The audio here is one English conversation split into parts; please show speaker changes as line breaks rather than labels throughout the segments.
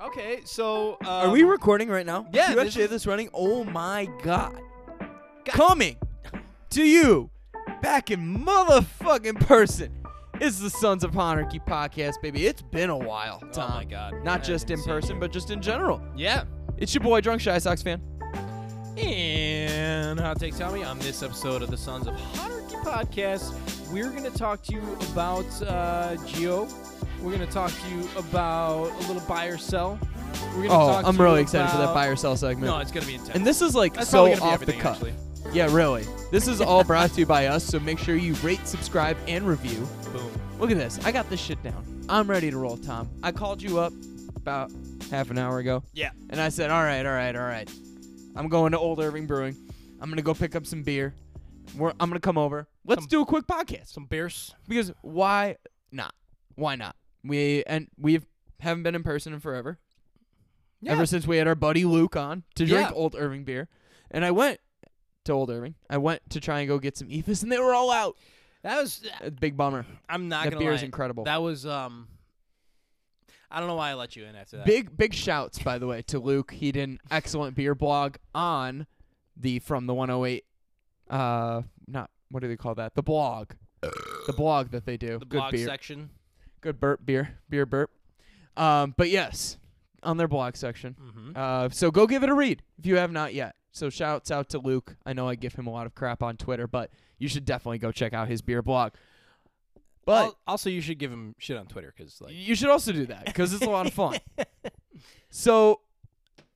Okay, so um,
Are we recording right now?
yeah,
Do you
this
actually have
is-
this running? Oh my god.
God-
Coming to you back in motherfucking person. It's the Sons of Honarchy podcast, baby. It's been a while, Tom.
Oh my God. I
Not just
haven't
in
seen
person,
you.
but just in general.
Yeah.
It's your boy, Drunk Shy Sox fan.
And Hot Take Tommy, on this episode of the Sons of Honarchy podcast, we're going to talk to you about uh, Geo. We're going to talk to you about a little buy or sell. We're gonna
Oh,
talk
I'm
to
really
you
excited for that
about-
buy or sell segment.
No, it's going to be intense.
and this is like
That's
so
probably gonna be
off the
everything,
cuff.
actually.
Yeah, really. This is all brought to you by us, so make sure you rate, subscribe, and review.
Boom.
Look at this. I got this shit down. I'm ready to roll, Tom. I called you up about half an hour ago,
Yeah.
and I said, "All right, all right, all right. I'm going to Old Irving Brewing. I'm gonna go pick up some beer. We're, I'm gonna come over. Let's
Some-
do a quick podcast
Some beers.
because why not? Why not? We and we haven't been in person in forever.
Yeah.
Ever since we had our buddy Luke on to drink
Yeah.
Old Irving beer, and I went to Old Irving. I went to try and go get some Ephes, and they were all out.
That was,
A big bummer.
I'm not
That
going to
beer
lie.
is incredible.
That was, um, I don't know why I let you in after that.
Big big shouts by the way to Luke. He did an excellent beer blog on the from the 108 uh not what do they call that? The blog. The blog that they do.
the
Good
blog
beer.
section.
Good burp beer. Beer burp. Um but yes, on their blog section.
Mm-hmm.
Uh so go give it a read if you have not yet. So shouts out to Luke. I know I give him a lot of crap on Twitter, but you should definitely go check out his beer blog. But
Al- also, you should give him shit on Twitter because like
you should also do that because it's a lot of fun. So,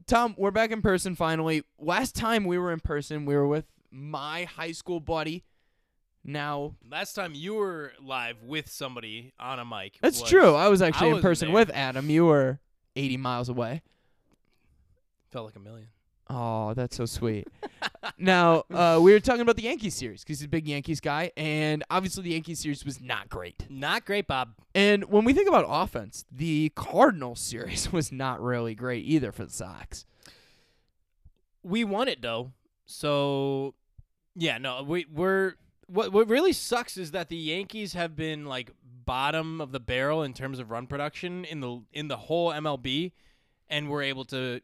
Tom, we're back in person finally. Last time we were in person, we were with my high school buddy. Now
last time you were live with somebody on a mic.
that's
was-
true. I was actually in
wasn't
person
there.
with Adam. You were 80 miles away.
Felt like a million.
Oh, that's so sweet. now uh, we were talking about the Yankees series because he's a big Yankees guy, and obviously the Yankees series was not great.
Not great, Bob.
And when we think about offense, the Cardinals series was not really great either for the Sox.
We won it though. So yeah, no, we we're what what really sucks is that the Yankees have been like bottom of the barrel in terms of run production in the in the whole MLB, and we're able to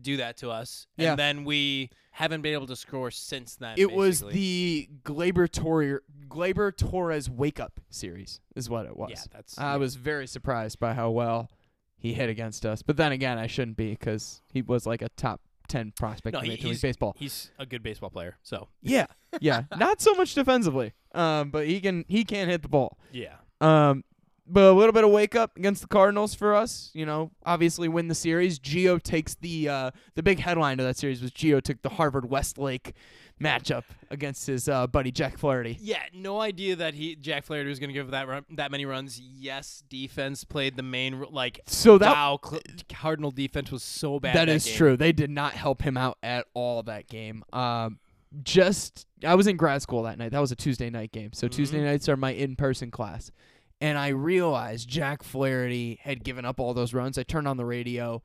do that to us.
Yeah.
And then we haven't been able to score since then.
It was
basically.
the Glaber Torre Glaber Torres wake up series is what it was.
yeah. That's
I was very surprised by how well he hit against us. But then again, I shouldn't be because he was like a top ten prospect
No,
in
he-
Major League
he's-
Baseball.
he's a good baseball player. So
Yeah, yeah, not so much defensively, um, but he can he can hit the ball.
yeah.
Um, but a little bit of wake up against the Cardinals for us. You know, obviously win the series. Geo takes the uh, the big headline of that series was Geo took the Harvard Westlake matchup against his uh, buddy Jack Flaherty.
Yeah, no idea that he Jack Flaherty was going to give that run, that many runs. Yes, defense played the main ro- like
So that
wow, Cl- Cardinal defense was so bad.
that is
game.
true. They did not help him out at all that game. Um, just I was in grad school that night. That was a Tuesday night game. So Tuesday
Mhm.
nights are my in-person class. And I realized Jack Flaherty had given up all those runs. I turned on the radio.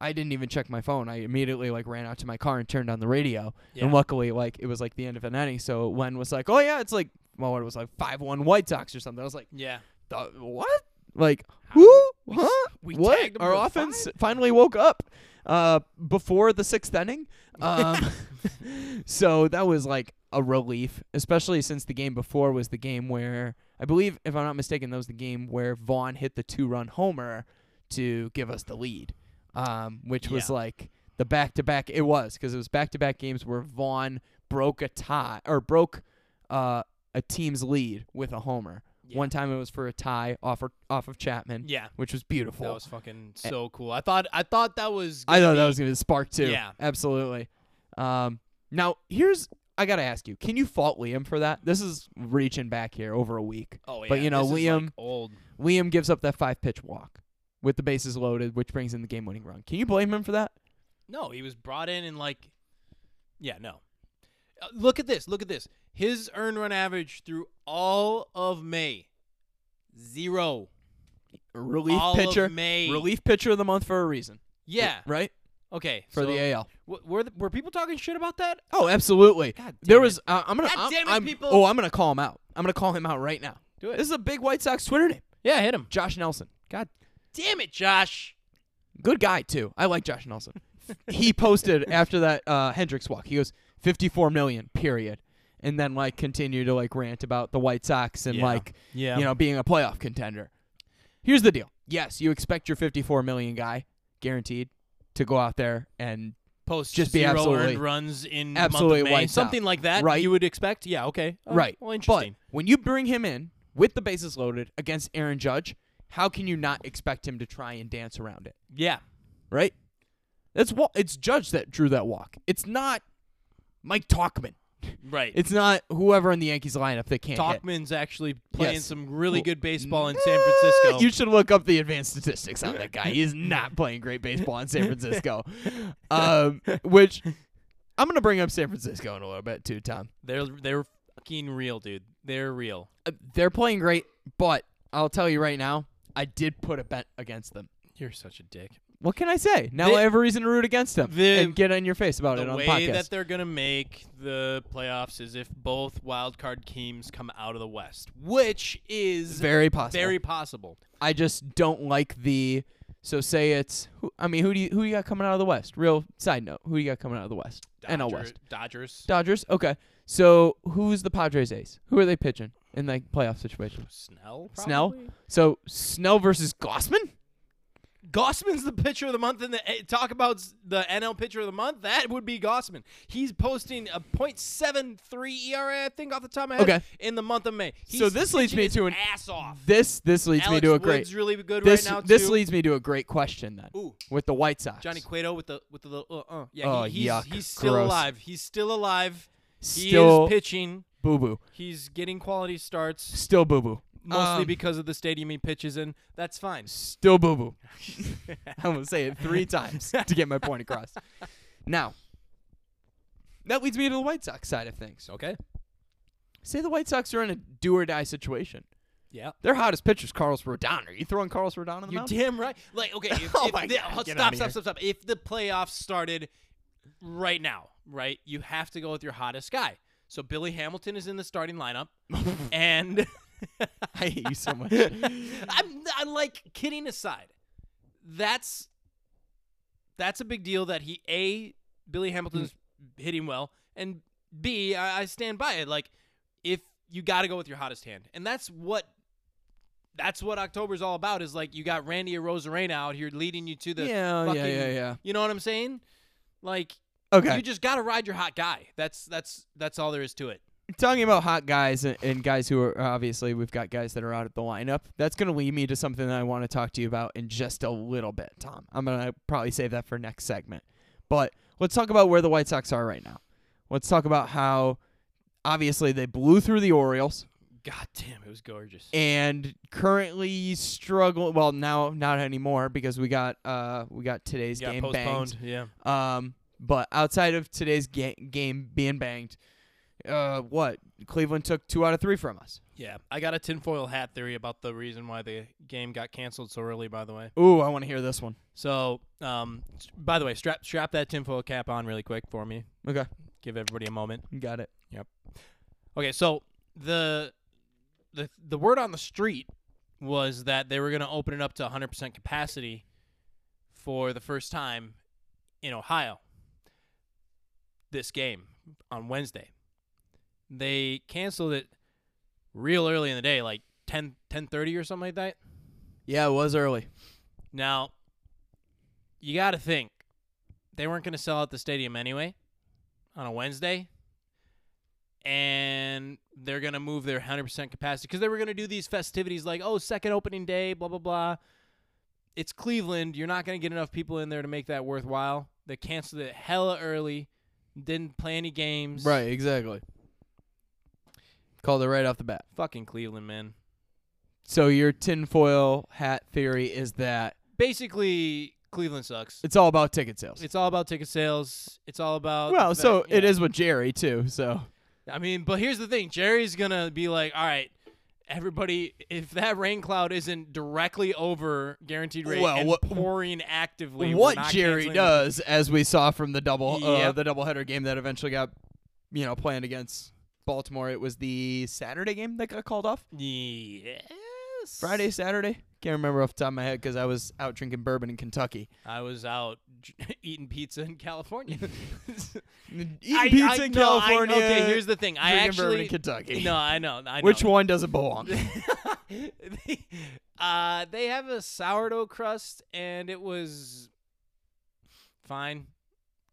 I didn't even check my phone. I immediately like ran out to my car and turned on the radio.
Yeah.
And luckily, like it was like the end of an inning. So Len was like, "Oh yeah, it's like well, it was like five-one White Sox or something." I was like,
Yeah.
"The- "What?" Like
How-
who?
we s-
Huh?
we
what?
tagged him
Our
for a
offense finally woke up uh, before the sixth inning. Um, so that was like a relief, especially since the game before was the game where I believe, if I'm not mistaken, that was the game where Vaughn hit the two-run homer to give us the lead, um, which was
Yeah.
like the back-to-back. It was because it was back-to-back games where Vaughn broke a tie or broke uh, a team's lead with a homer.
Yeah.
One time it was for a tie off or, off of Chapman
Yeah.
which was beautiful.
That was fucking so cool. I thought I thought that was.
I
gonna
thought that
be-
was going to spark too.
Yeah.
absolutely. Um, now here's I gotta ask you: Can you fault Liam for that? This is reaching back here over a week.
Oh yeah.
but, you know,
this is, like,
Liam-
old.
Liam gives up that five pitch walk with the bases loaded, which brings in the game winning run. Can you blame him for that?
No, he was brought in and like, yeah, no. Uh, look at this. Look at this. His earned run average through all of May, zero.
Relief
all
pitcher,
Of May.
relief pitcher of the month for a reason.
Yeah.
right
Okay.
for
so
the AL.
w- were the, were people talking shit about that?
Oh, absolutely.
God damn
There
it.
was uh, I'm gonna
God
I'm-
damn it,
I'm-
people.
oh I'm gonna call him out. I'm gonna call him out right now.
Do it.
This is a big White Sox Twitter name,
Yeah, hit him.
Josh Nelson. God
Damn it, Josh.
Good guy too. I like Josh Nelson. he posted after that uh, Hendricks walk. He goes 54 million. Period. And then like continue to like rant about the White Sox and
Yeah.
like
Yeah.
you know being a playoff contender. Here's the deal. Yes, you expect your 54 million guy guaranteed to go out there and
post
just be
zero
absolutely-
earned runs in
absolutely
the month of May.
wiped out.
something like that.
Right.
You would expect. Yeah. Okay. Oh,
Right.
Well,
But
interesting.
when you bring him in with the bases loaded against Aaron Judge, how can you not expect him to try and dance around it?
yeah.
Right? That's wa- it's Judge that drew that walk. It's not Mike Talkman.
Right.
It's not whoever in the Yankees lineup that can't hit.
Talkman's actually playing
Yes.
some really
Well,
good baseball in
Eh,
San Francisco.
You should look up the advanced statistics on that guy. He's not playing great baseball in San Francisco. um, which I'm going to bring up San Francisco in a little bit too, Tom.
they're they're fucking real, dude. They're real.
Uh, They're playing great, but I'll tell you right now, I did put a bet against them.
You're such a dick.
What can I say? Now
The-
I have a reason to root against them
the-
and get on your face about it
The
on
way
the podcast.
that they're gonna make the playoffs is if both wild card teams come out of the West, which is
very possible.
very possible.
I just don't like the. So say it's. Who, I mean, who do you who you got coming out of the West? Real side note, who you got coming out of the West? NL
Dodger-
West.
Dodgers.
Dodgers. Okay. So who's the Padres ace? Who are they pitching in the playoff situation?
Snell.
Snell?
probably?
So Snell versus Gossman.
Gossman's the pitcher of the month in the eh, talk about s- the NL pitcher of the month. That would be Gossman. He's posting a .73 ERA, E I think, off the top of my head.
Okay.
In the month of May. He's
So this leads
pitching
me
his
to an-
ass off.
This this leads
Alex
me to a
Wood's
great.
really good
This
right now.
this
too.
leads me to a great question then.
Ooh,
With the White Sox,
Johnny Cueto with the with the little uh uh. Yeah,
Oh,
he, he's
yuck.
he's still
Gross.
alive. He's still alive. he
still
is pitching.
boo boo,
He's getting quality starts
still boo boo,
mostly
Um,
because of the stadium he pitches in. That's fine.
still boo boo. I'm gonna say it three times to get my point across. Now, that leads me to the White Sox side of things.
okay.
Say the White Sox are in a do or die situation.
Yeah.
Their hottest pitcher's Carlos Rodon. Are you throwing Carlos Rodon on the
You're
mound?
damn right. Like, okay, if,
Oh
if
my
the-
God,
hold-
get
stop,
outta
stop,
here.
stop, stop. If the playoffs started right now, right, you have to go with your hottest guy. So Billy Hamilton is in the starting lineup, and
I hate you so much.
I'm, I'm like kidding aside. That's that's a big deal that he a Billy Hamilton's hitting well, and b I, I stand by it. Like if you got to go with your hottest hand, and that's what that's what October's all about. Is like you got Randy or Rosarena out here leading you to the
yeah,
fucking.
yeah, yeah, yeah.
You know what I'm saying? Like
Okay,
you just got to ride your hot guy. That's that's that's all there is to it.
talking about hot guys and, and guys who are obviously we've got guys that are out of the lineup. That's going to lead me to something that I want to talk to you about in just a little bit, Tom. I'm going to probably save that for next segment. But let's talk about where the White Sox are right now. Let's talk about how obviously they blew through the Orioles
God damn, it was gorgeous.
and currently struggle well now not anymore because we got uh we got today's
Got
game
postponed.
banged.
Yeah.
Um, but outside of today's ga- game being banged, uh, what Cleveland took two out of three from us.
Yeah, I got a tinfoil hat theory about the reason why the game got canceled so early. By the way,
Ooh, I want to hear this one.
so um, s- by the way, strap strap that tinfoil cap on really quick for me.
Okay,
Give everybody a moment.
got it.
Okay, so the the the word on the street was that they were going to open it up to 100% capacity for the first time in Ohio. This game on Wednesday. They canceled it real early in the day, like 10 10:30 or something like that.
Yeah, it was early.
Now, you got to think they weren't going to sell out the stadium anyway on a Wednesday, and they're going to move their 100% capacity because they were going to do these festivities like, oh, second opening day, blah, blah, blah. It's Cleveland. You're not going to get enough people in there to make that worthwhile. They canceled it hella early, didn't play any games.
exactly. Called it right off the bat.
Fucking Cleveland, man.
So your tinfoil hat theory is that
Basically, Cleveland sucks.
it's all about ticket sales.
It's all about ticket sales. It's all about.
well,
the
so
fact-
it
yeah.
is with Jerry too. So
I mean, but here's the thing: Jerry's gonna be like, "All right, everybody, if that rain cloud isn't directly over guaranteed rate
Well,
and
what-
pouring actively, we're
what
not
Jerry
canceling the-
does, as we saw from the double uh,
Yep.
the doubleheader game that eventually got, you know, planned against Baltimore. It was the Saturday game that got called off.
yes,
Friday, Saturday. Can't remember off the top of my head because I was out drinking bourbon in Kentucky.
I was out eating pizza in California.
Eating
I-
pizza
I-
in
no, I-
California.
okay, here's the thing. I
drinking bourbon in
actually
Kentucky.
no, I know. I know.
Which one doesn't belong?
they, uh, they have a sourdough crust, and it was fine.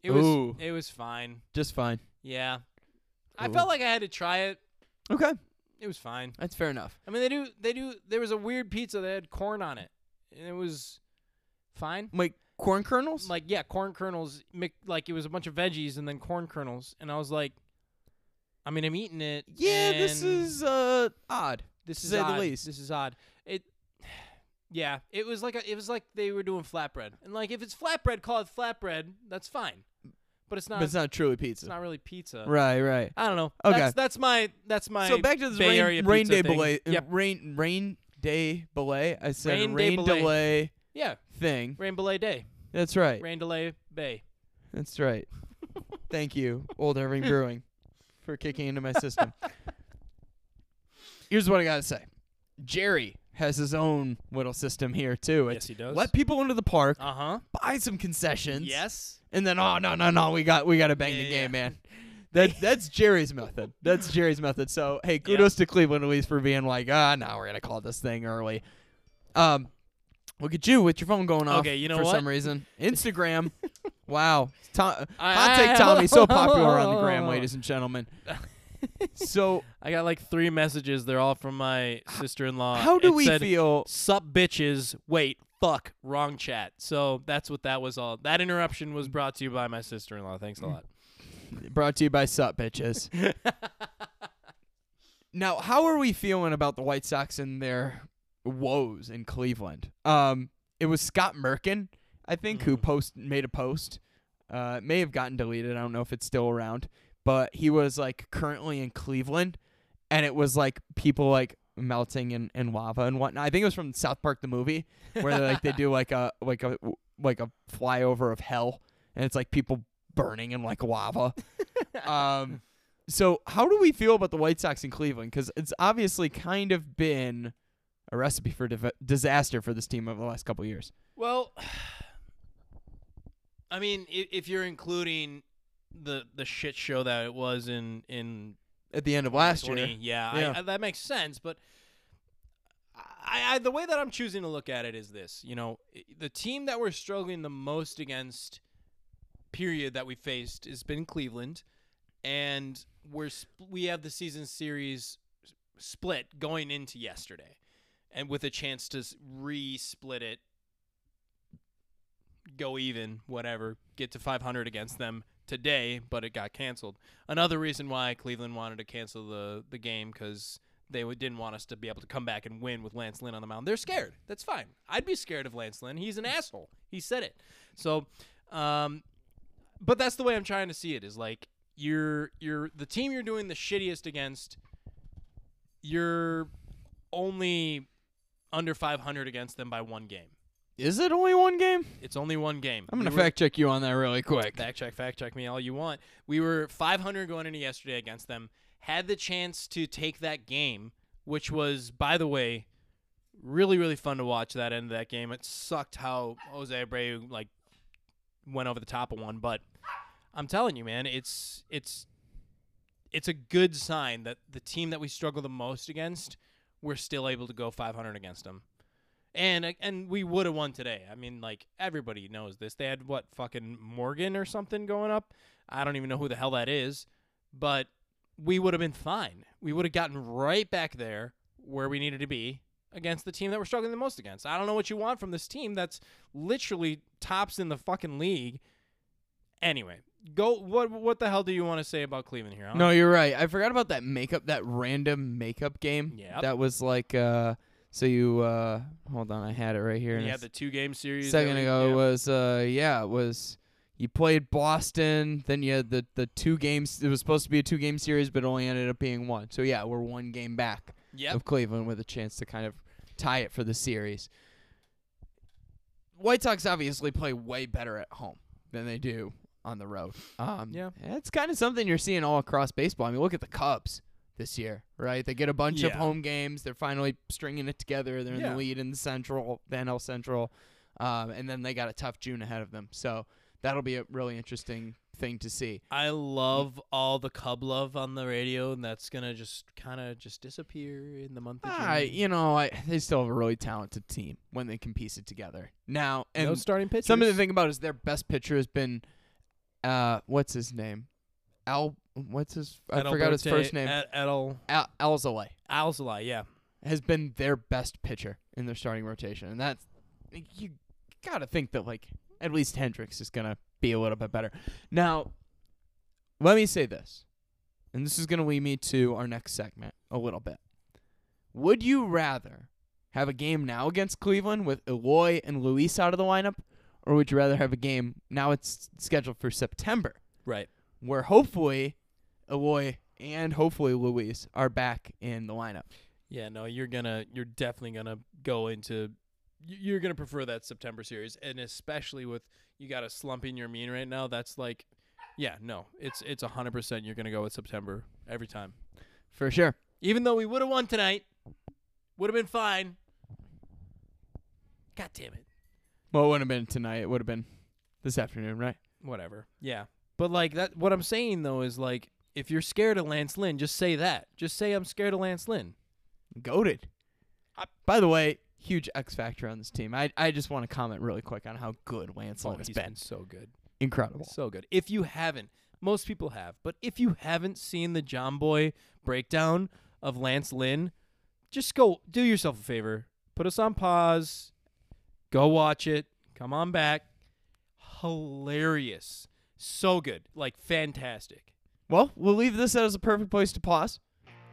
It
Ooh.
was it was fine.
Just fine.
Yeah, I
Ooh.
felt like I had to try it.
Okay,
It was fine.
that's fair enough.
I mean, they do they do. There was a weird pizza that had corn on it, and it was fine.
Like corn kernels.
Like yeah, corn kernels. mic- Like it was a bunch of veggies and then corn kernels, and I was like, I mean, I'm eating it.
yeah, this
and-
is uh odd.
This
to
is
say the
odd.
least.
This is odd. It, yeah, it was like a, it was like they were doing flatbread, and like if it's flatbread, call it flatbread. That's fine, but it's not.
but it's not truly pizza.
it's not really pizza.
right, right.
I don't know.
Okay.
that's, that's my that's my.
so back to this
Bay
rain,
Area
rain
pizza
day
thing.
belay.
Yep.
Rain rain day belay. I said rain,
Rain day belay.
delay
yeah,
thing.
rain belay day,
That's right.
rain delay bay.
That's right. Thank you, Old Irving Brewing, for kicking into my system. Here's what I gotta say. Jerry has his own little system here too. It's
Yes, he does.
let people into the park,
Uh huh.
buy some concessions,
Yes.
and then oh no no no we got we got to bang
Yeah,
the
yeah,
game,
yeah.
man. That that's Jerry's method. That's Jerry's method. So hey, kudos to Cleveland at least for being like ah now we're gonna call this thing early. Um, look at you with your phone going off.
Okay, you know
for
what?
some reason Instagram. wow, Tom,
I-
hot
I-
take Tommy so
hold on, hold on,
popular on
hold
the
on,
gram,
hold on.
ladies and gentlemen. So
I got like three messages. They're all from my sister-in-law.
how do
It
we
said,
feel?
Sup bitches. Wait, fuck, wrong chat. So that's what that was all. That interruption was brought to you by my sister-in-law. Thanks a lot.
Brought to you by Sup Bitches. Now, how are we feeling about the White Sox and their woes in Cleveland? Um, it was Scott Merkin, I think, who post made a post. Uh, it may have gotten deleted. I don't know if it's still around, but he was like currently in Cleveland, and it was like people like melting in, in lava and whatnot. I think it was from South Park the movie where they like they do like a like a like a flyover of hell, and it's like people burning in like lava. um, so how do we feel about the White Sox in Cleveland? Because it's obviously kind of been a recipe for div- disaster for this team over the last couple of years.
Well, I mean, if, if you're including the the shit show that it was in in
At the end of last
20,
year,
yeah, I-
Yeah.
I, that makes sense. But I, I, the way that I'm choosing to look at it is this: you know, i- the team that we're struggling the most against, period, that we faced has been Cleveland, and we're sp- we have the season series s- split going into yesterday, and with a chance to s- re-split it. Go even, whatever, get to 500 against them today, but it got canceled another reason why Cleveland wanted to cancel the the game because they w- didn't want us to be able to come back and win with Lance Lynn on the mound. They're scared. That's fine. I'd be scared of Lance Lynn. He's an
Mm.
asshole. He said it. So, um, but that's the way I'm trying to see it. Is like you're you're the team you're doing the shittiest against. You're only under 500 against them by one game.
is it only one game?
It's only one game.
I'm gonna
We were-
fact check you on that really quick.
Fact check, fact check me all you want. We were 500 going into yesterday against them. Had the chance to take that game, which was, by the way, really really fun to watch. That end of that game. It sucked how Jose Abreu like went over the top of one, but I'm telling you, man, it's it's it's a good sign that the team that we struggle the most against, we're still able to go 500 against them. And uh, and we would have won today. I mean, like everybody knows this. They had what fucking Morgan or something going up. I don't even know who the hell that is, but we would have been fine. We would have gotten right back there where we needed to be against the team that we're struggling the most against. I don't know what you want from this team that's literally tops in the fucking league. Anyway, go what what the hell do you want to say about Cleveland here? huh?
No, you're right. I forgot about that makeup, that random makeup game.
Yep.
That was like, uh, so you, uh, hold on, I had it right here. and
You had
it's-
the two game series. that
second
we-
ago
yeah.
was, uh, yeah, it was you played Boston, then you had the, the two games. It was supposed to be a two game series, but only ended up being one. So, yeah, we're one game back
Yep.
of Cleveland with a chance to kind of tie it for the series. White Sox obviously play way better at home than they do on the road. Um,
Yeah.
That's kind of something you're seeing all across baseball. I mean, look at the Cubs. this year, right? They get a bunch of
Yeah.
home games. They're finally stringing it together. They're in
Yeah.
the lead in the Central, the NL Central, um, and then they got a tough June ahead of them. So that'll be a really interesting thing to see.
I love all the Cub love on the radio, and that's gonna just kind of just disappear in the month of
I,
June.
you know, I, they still have a really talented team when they can piece it together. Now, and
no starting pitchers.
something to think about is their best pitcher has been, uh, what's his name? Al, what's his? I forgot his
Adalberto-
first name.
Ad- Adal
Al, Alzolay
Alzolay, yeah.
has been their best pitcher in their starting rotation, and that's you gotta think that like at least Hendricks is gonna be a little bit better. Now, let me say this, and this is gonna lead me to our next segment a little bit. Would you rather have a game now against Cleveland with Eloy and Luis out of the lineup, or would you rather have a game now? It's scheduled for September
Right.
where hopefully Eloy and hopefully Luis are back in the lineup.
Yeah, no, you're gonna you're definitely gonna go into y- you're gonna prefer that September series, and especially with you got a slump in your mean right now. That's like, yeah, no, it's it's a hundred percent. You're gonna go with September every time,
For sure.
even though we would have won tonight, would have been fine. God damn it.
Well, it wouldn't have been tonight. It would have been this afternoon, right?
whatever. Yeah. But like that what I'm saying though is like if you're scared of Lance Lynn, just say that. Just say I'm scared of Lance Lynn.
Goaded. By the way, huge X factor on this team. I I just want to comment really quick on how good Lance Lynn
Oh,
has
he's
been.
so good.
Incredible.
So good. If you haven't, most people have, but if you haven't seen the John Boy breakdown of Lance Lynn, just go do yourself a favor. Put us on pause. Go watch it. Come on back. Hilarious. So good. Like fantastic.
Well, we'll leave this as a perfect place to pause.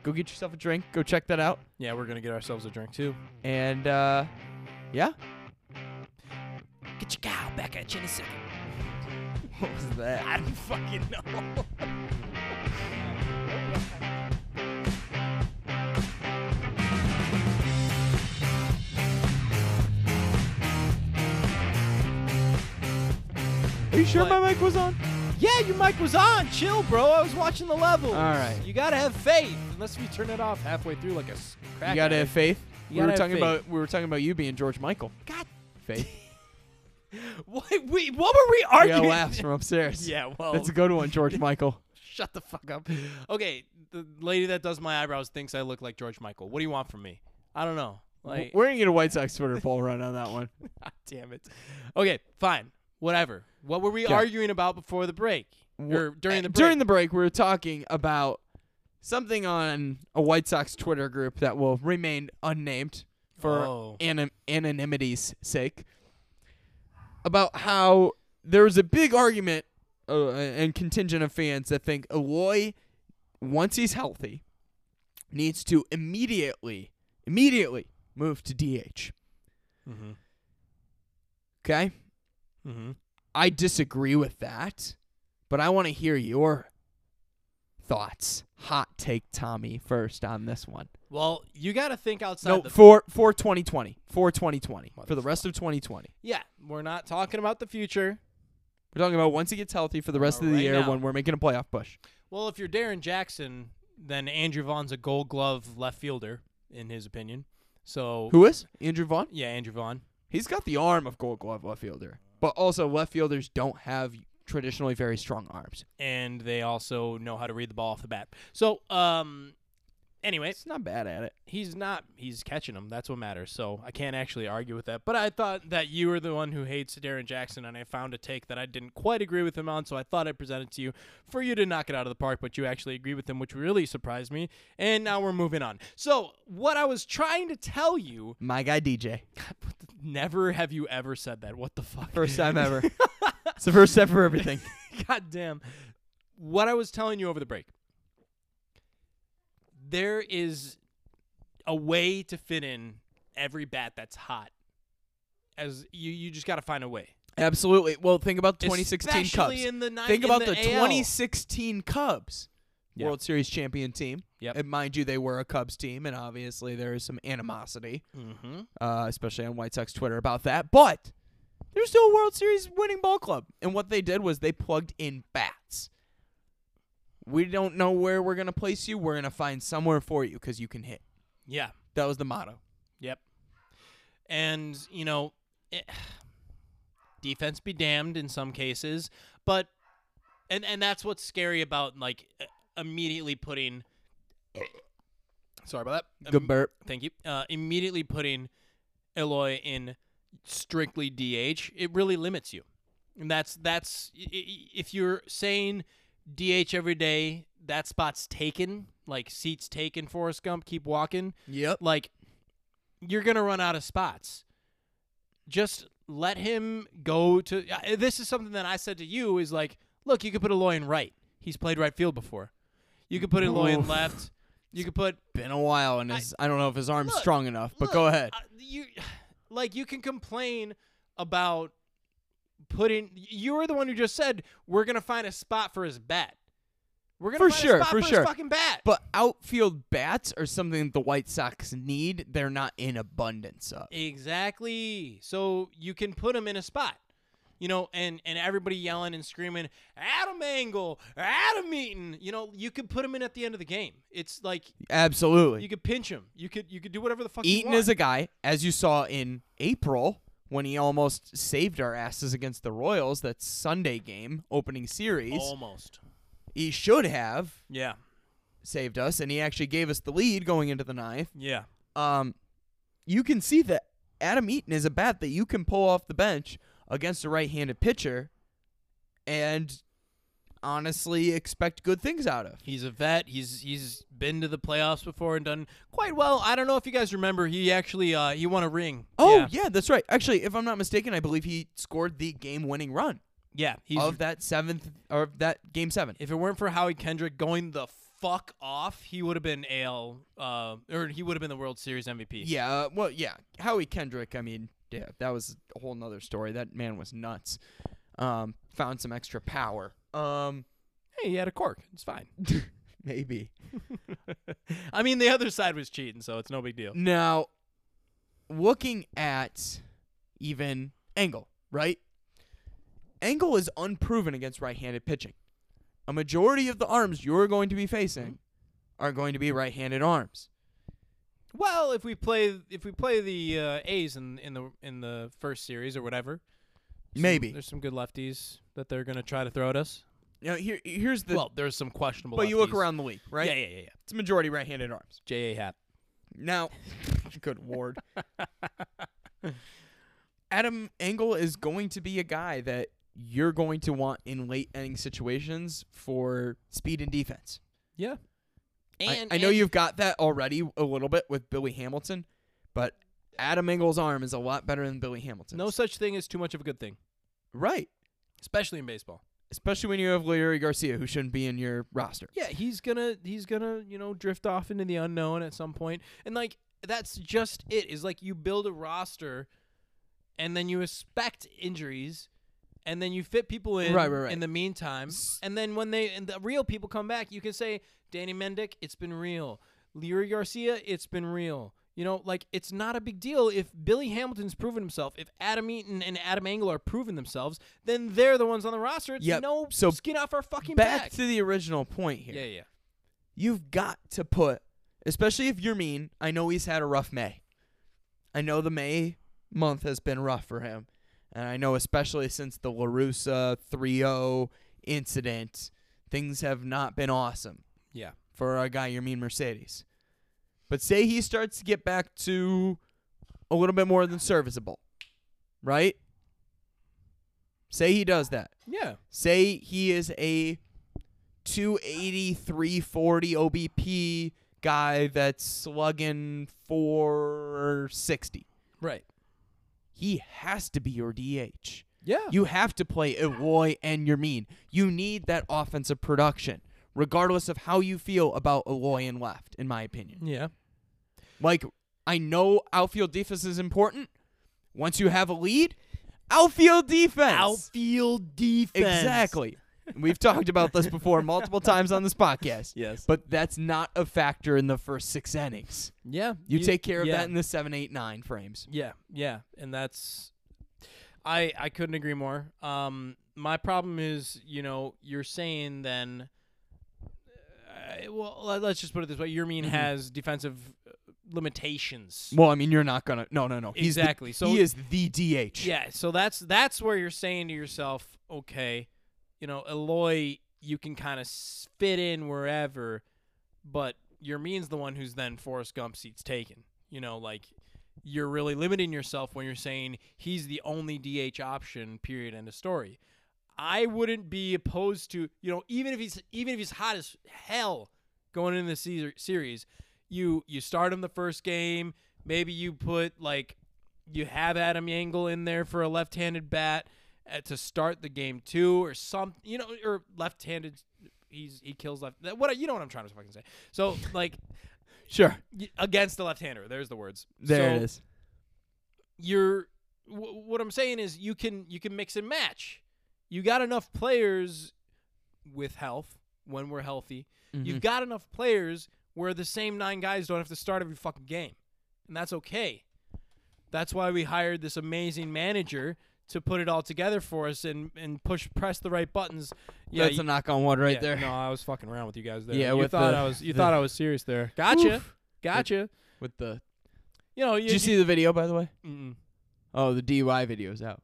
Go get yourself a drink. Go check that out.
Yeah, we're going to get ourselves a drink too.
And uh, yeah,
Get your cow back at you in a second.
what was that?
I don't fucking know.
Are you sure
What?
my mic was on?
Yeah, your mic was on. Chill, bro. I was watching the levels.
All right.
You gotta have faith, unless we turn it off halfway through like a s- crack.
You gotta have
addict.
faith.
You
we were
gotta have
talking
faith.
about we were talking about you being George Michael.
God,
Faith.
what, we, what were we arguing?
Yeah, laughs from upstairs.
Yeah, well,
That's a good one, George Michael.
shut the fuck up. Okay, the lady that does my eyebrows thinks I look like George Michael. What do you want from me? I don't know. Like,
We're gonna get a White Sox Twitter poll run on that one.
God damn it. Okay, fine, whatever. What were we
Yeah.
arguing about before the break? Or during the break?
during the break, we were talking about something on a White Sox Twitter group that will remain unnamed for
oh.
anim- anonymity's sake about how there was a big argument uh, and contingent of fans that think Aloy, once he's healthy, needs to immediately immediately move to DH.
mm-hmm.
Okay.
Mm-hmm.
I disagree with that, but I want to hear your thoughts. Hot take, Tommy, first on this one.
Well, you gotta think outside
No,
the
for for 2020, for 2020, for the rest of 2020.
Yeah, we're not talking about the future.
We're talking about once he gets healthy for the rest of the
Right
year
now.
when we're making a playoff push.
Well, if you're Darren Jackson, then Andrew Vaughn's a gold glove left fielder, in his opinion. So,
Who is Andrew Vaughn?
yeah, Andrew Vaughn.
He's got the arm of Gold Glove left fielder, but also left fielders don't have traditionally very strong arms.
And they also know how to read the ball off the bat. So, um, anyway,
It's not bad at it.
he's not, he's catching them. That's what matters. So I can't actually argue with that. But I thought that you were the one who hates Darren Jackson, and I found a take that I didn't quite agree with him on. So I thought I'd present it to you for you to knock it out of the park, but you actually agree with him, which really surprised me. And now we're moving on. So, what I was trying to tell you
My guy DJ,
Never have you ever said that. What the fuck?
first time ever. it's the first step for everything.
God damn. What I was telling you over the break. There is a way to fit in every bat that's hot. As you, you just got to find a way.
Absolutely. Well, think about the 2016
Especially
Cubs.
in the nine,
Think
in
about the,
AL.
2016 Cubs
Yeah.
World Series champion team.
Yep.
And mind you, they were a Cubs team, and obviously there is some animosity,
Mhm.
uh, especially on White Sox Twitter about that. But they're still a World Series winning ball club, and what they did was they plugged in bats. we don't know where we're gonna place you. We're gonna find somewhere for you because you can hit.
Yeah.
That was the motto.
Yep. And, you know, it, defense be damned in some cases, but and and that's what's scary about like i- immediately putting Sorry about that.
Good burp.
Thank you. Uh, immediately putting Eloy in strictly DH, it really limits you. And that's that's i- i- if you're saying DH every day, that spot's taken, like seats taken. Forrest Gump, keep walking
Yep.
like you're gonna run out of spots just let him go to I- this is something that i said to you is like look you could put Aloy in right he's played right field before you could put Aloy in
Oof.
left you could put
Been a while, and
I-
his I, don't know if his arm's
Look,
strong enough. But
Look,
go ahead.
I- you like you can complain about putting you were the one who just said we're gonna find a spot for his bat we're gonna
For
find
sure,
a spot
for
for,
sure.
his fucking bat
But outfield bats are something that the White Sox need. They're not in abundance of.
Exactly. So you can put him in a spot. You know, and, and everybody yelling and screaming, Adam Angle, Adam Eaton. You know, you could put him in at the end of the game. It's like you
Absolutely.
could pinch him. You could you could do whatever the fuck you
Eaton
want.
is a guy, as you saw in April when he almost saved our asses against the Royals. That Sunday game opening series.
almost.
He should have
Yeah.
saved us, and he actually gave us the lead going into the ninth.
Yeah.
um, you can see that Adam Eaton is a bat that you can pull off the bench against a right-handed pitcher, and honestly expect good things out of.
He's a vet. He's he's been to the playoffs before and done quite well. I don't know if you guys remember, he actually uh he won a ring.
Oh yeah,
yeah.
that's right. Actually, if I'm not mistaken, I believe he scored the game-winning run
Yeah, he's
of that seventh or of that game seven.
If it weren't for Howie Kendrick going the fuck off, he would have been AL, uh, or he would have been the World Series MVP.
Yeah, uh, well, yeah, Howie Kendrick. I mean, yeah, that was a whole nother story. That man was nuts. Um, found some extra power. Um,
Hey, he had a cork. It's fine.
maybe.
I mean, the other side was cheating, so it's no big deal.
Now, looking at even Angle, right? Angle is unproven against right-handed pitching. A majority of the arms you're going to be facing are going to be right-handed arms.
Well, if we play if we play the uh, A's in in the in the first series or whatever, some-
Maybe.
there's some good lefties that they're gonna try to throw at us.
Now, here, here's the.
well, there's some questionable.
but you look
lefties.
around the league, right?
Yeah, yeah, yeah, yeah.
It's a majority right-handed arms.
J A Happ.
Now, good lord. Adam Engel is going to be a guy that you're going to want in late inning situations for speed and defense.
Yeah.
I-
And
I, know
and-
you've got that already a little bit with Billy Hamilton, but Adam Engel's arm is a lot better than Billy Hamilton's.
No such thing as too much of a good thing,
right,
especially in baseball.
especially when you have Larry Garcia, who shouldn't be in your roster.
Yeah, he's gonna he's gonna you know drift off into the unknown at some point, and like that's just it. Is like you build a roster, and then you expect injuries, and then you fit people in
Right, right, right.
in the meantime,
S-
and then when they and the real people come back, you can say Danny Mendick, it's been real. Leary Garcia, it's been real. You know, like it's not a big deal if Billy Hamilton's proven himself. If Adam Eaton and Adam Engel are proven themselves, then they're the ones on the roster. It's
Yep.
no
So
skin off our fucking
Back
back.
to the original point here.
yeah, yeah.
You've got to put, especially if you're mean. I know he's had a rough May. I know the May month has been rough for him. And I know, especially since the LaRussa 3 0 incident, things have not been awesome.
Yeah.
for our guy, your mean Mercedes. But say he starts to get back to a little bit more than serviceable, right? Say he does that.
Yeah.
Say he is a 280, 340 OBP guy that's slugging 460.
Right.
He has to be your DH.
Yeah.
You have to play Eloy and your mean. You need that offensive production, regardless of how you feel about Eloy and left, in my opinion.
yeah.
Like, I know outfield defense is important. Once you have a lead, outfield defense.
Outfield defense.
Exactly. We've talked about this before multiple times on this podcast.
Yes.
But that's not a factor in the first six innings.
Yeah.
You, take care of
yeah,
that in the seven, eight, nine frames.
yeah. Yeah. And that's. I I couldn't agree more. Um, my problem is, you know, you're saying then I, well, let- let's just put it this way: Yermin
Mhm.
has defensive uh, limitations.
Well, I mean, you're not gonna. No, no, no. He's the-
exactly. so
he is the DH.
yeah, so that's that's where you're saying to yourself, okay, you know, Eloy, you can kind of fit in wherever, but Yermin's the one who's then Forrest Gump seats taken. You know, like you're really limiting yourself when you're saying he's the only DH option. Period. End of story. I wouldn't be opposed to you know even if he's even if he's hot as hell going into the se- series, you you start him the first game. Maybe you put like you have Adam Yangle in there for a left-handed bat uh, to start the game too, or some you know, or left-handed. He's he kills left. that- What you know what I'm trying to fucking say. So like
Sure.
y- against the left-hander, there's the words.
There
so
it is.
You're w- what I'm saying is you can you can mix and match. You got enough players with health when we're healthy.
Mm-hmm.
You've got enough players where the same nine guys don't have to start every fucking game. And that's okay. That's why we hired this amazing manager to put it all together for us and, and push press the right buttons. Yeah,
That's
you-
a knock on wood right
yeah,
there.
No, I was fucking around with you guys there.
Yeah,
you
with
thought
the-
I was you
the-
thought I was serious there. Gotcha,
Oof.
gotcha.
With the.
You know, you,
Did you see the video by the way?
Mm-mm.
Oh, the DUI video's out.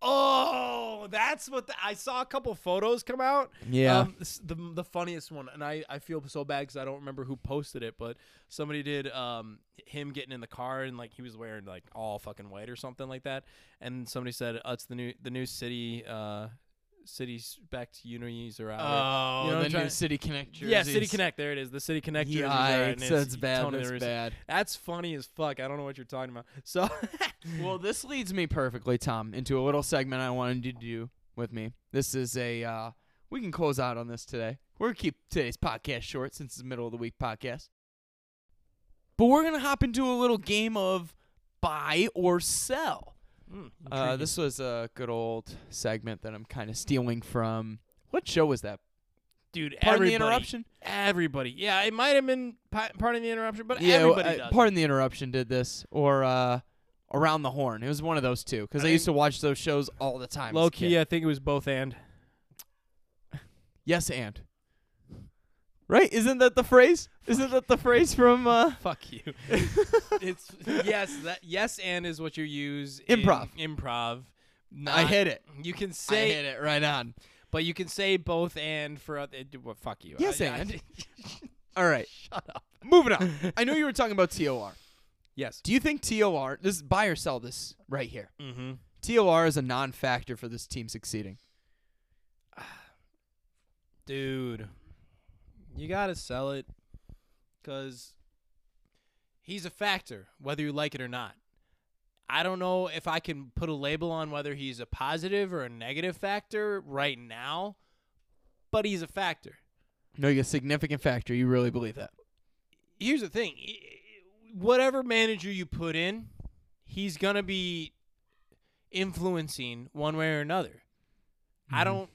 Oh, that's what the, I saw. A couple photos come out.
Yeah.
Um, s- the the funniest one, and I, I feel so bad because I don't remember who posted it, but somebody did um him getting in the car and like he was wearing like all fucking white or something like that, and somebody said oh, it's the new the new city uh city spec unis are out.
oh,
you know what
the
I'm
new
trying-
City Connect jerseys.
yeah, City Connect. There it is. The City Connect jerseys. are out, and
Yikes,
it's
that's bad.
Tony La
That's
Russa.
bad.
That's funny as fuck. I don't know what you're talking about. So
Well, this leads me perfectly, Tom, into a little segment I wanted you to do with me. This is a uh, we can close out on this today. We're gonna keep today's podcast short since it's a middle of the week podcast. But we're gonna hop into a little game of buy or sell.
Mm,
Uh,
intriguing.
this was a good old segment that I'm kind of stealing from. What show was that?
dude,
Pardon
everybody-
the interruption.
Everybody, yeah, it might have been pi- part of the interruption, but
yeah, w-
everybody
uh,
does.
pardon the interruption. Did this or uh, around the horn? It was one of those two because
I
I, used to
think-
watch those shows all the time. as a
Low
kid.
key, uh, I think it was both and.
Yes, and. Right? Isn't that the phrase? Isn't that the phrase from uh,
Fuck you. it's yes, that yes and is what you use. in
Improv.
improv. Not,
I hit it.
You can say,
I hit it right on.
but you can say both and for oth- it, well, fuck you.
Yes,
I-
and.
I,
All right.
shut up.
Moving on. I know you were talking about TOR.
Yes.
Do you think TOR, this is buy or sell this right here,
Mm-hmm.
TOR is a non factor for this team succeeding?
Dude, you gotta sell it, cause he's a factor, whether you like it or not. I don't know if I can put a label on whether he's a positive or a negative factor right now, but he's a factor.
No, you're a significant factor. You really believe that?
here's the thing I- I- whatever manager you put in he's going to be influencing one way or another i
Mhm.
don't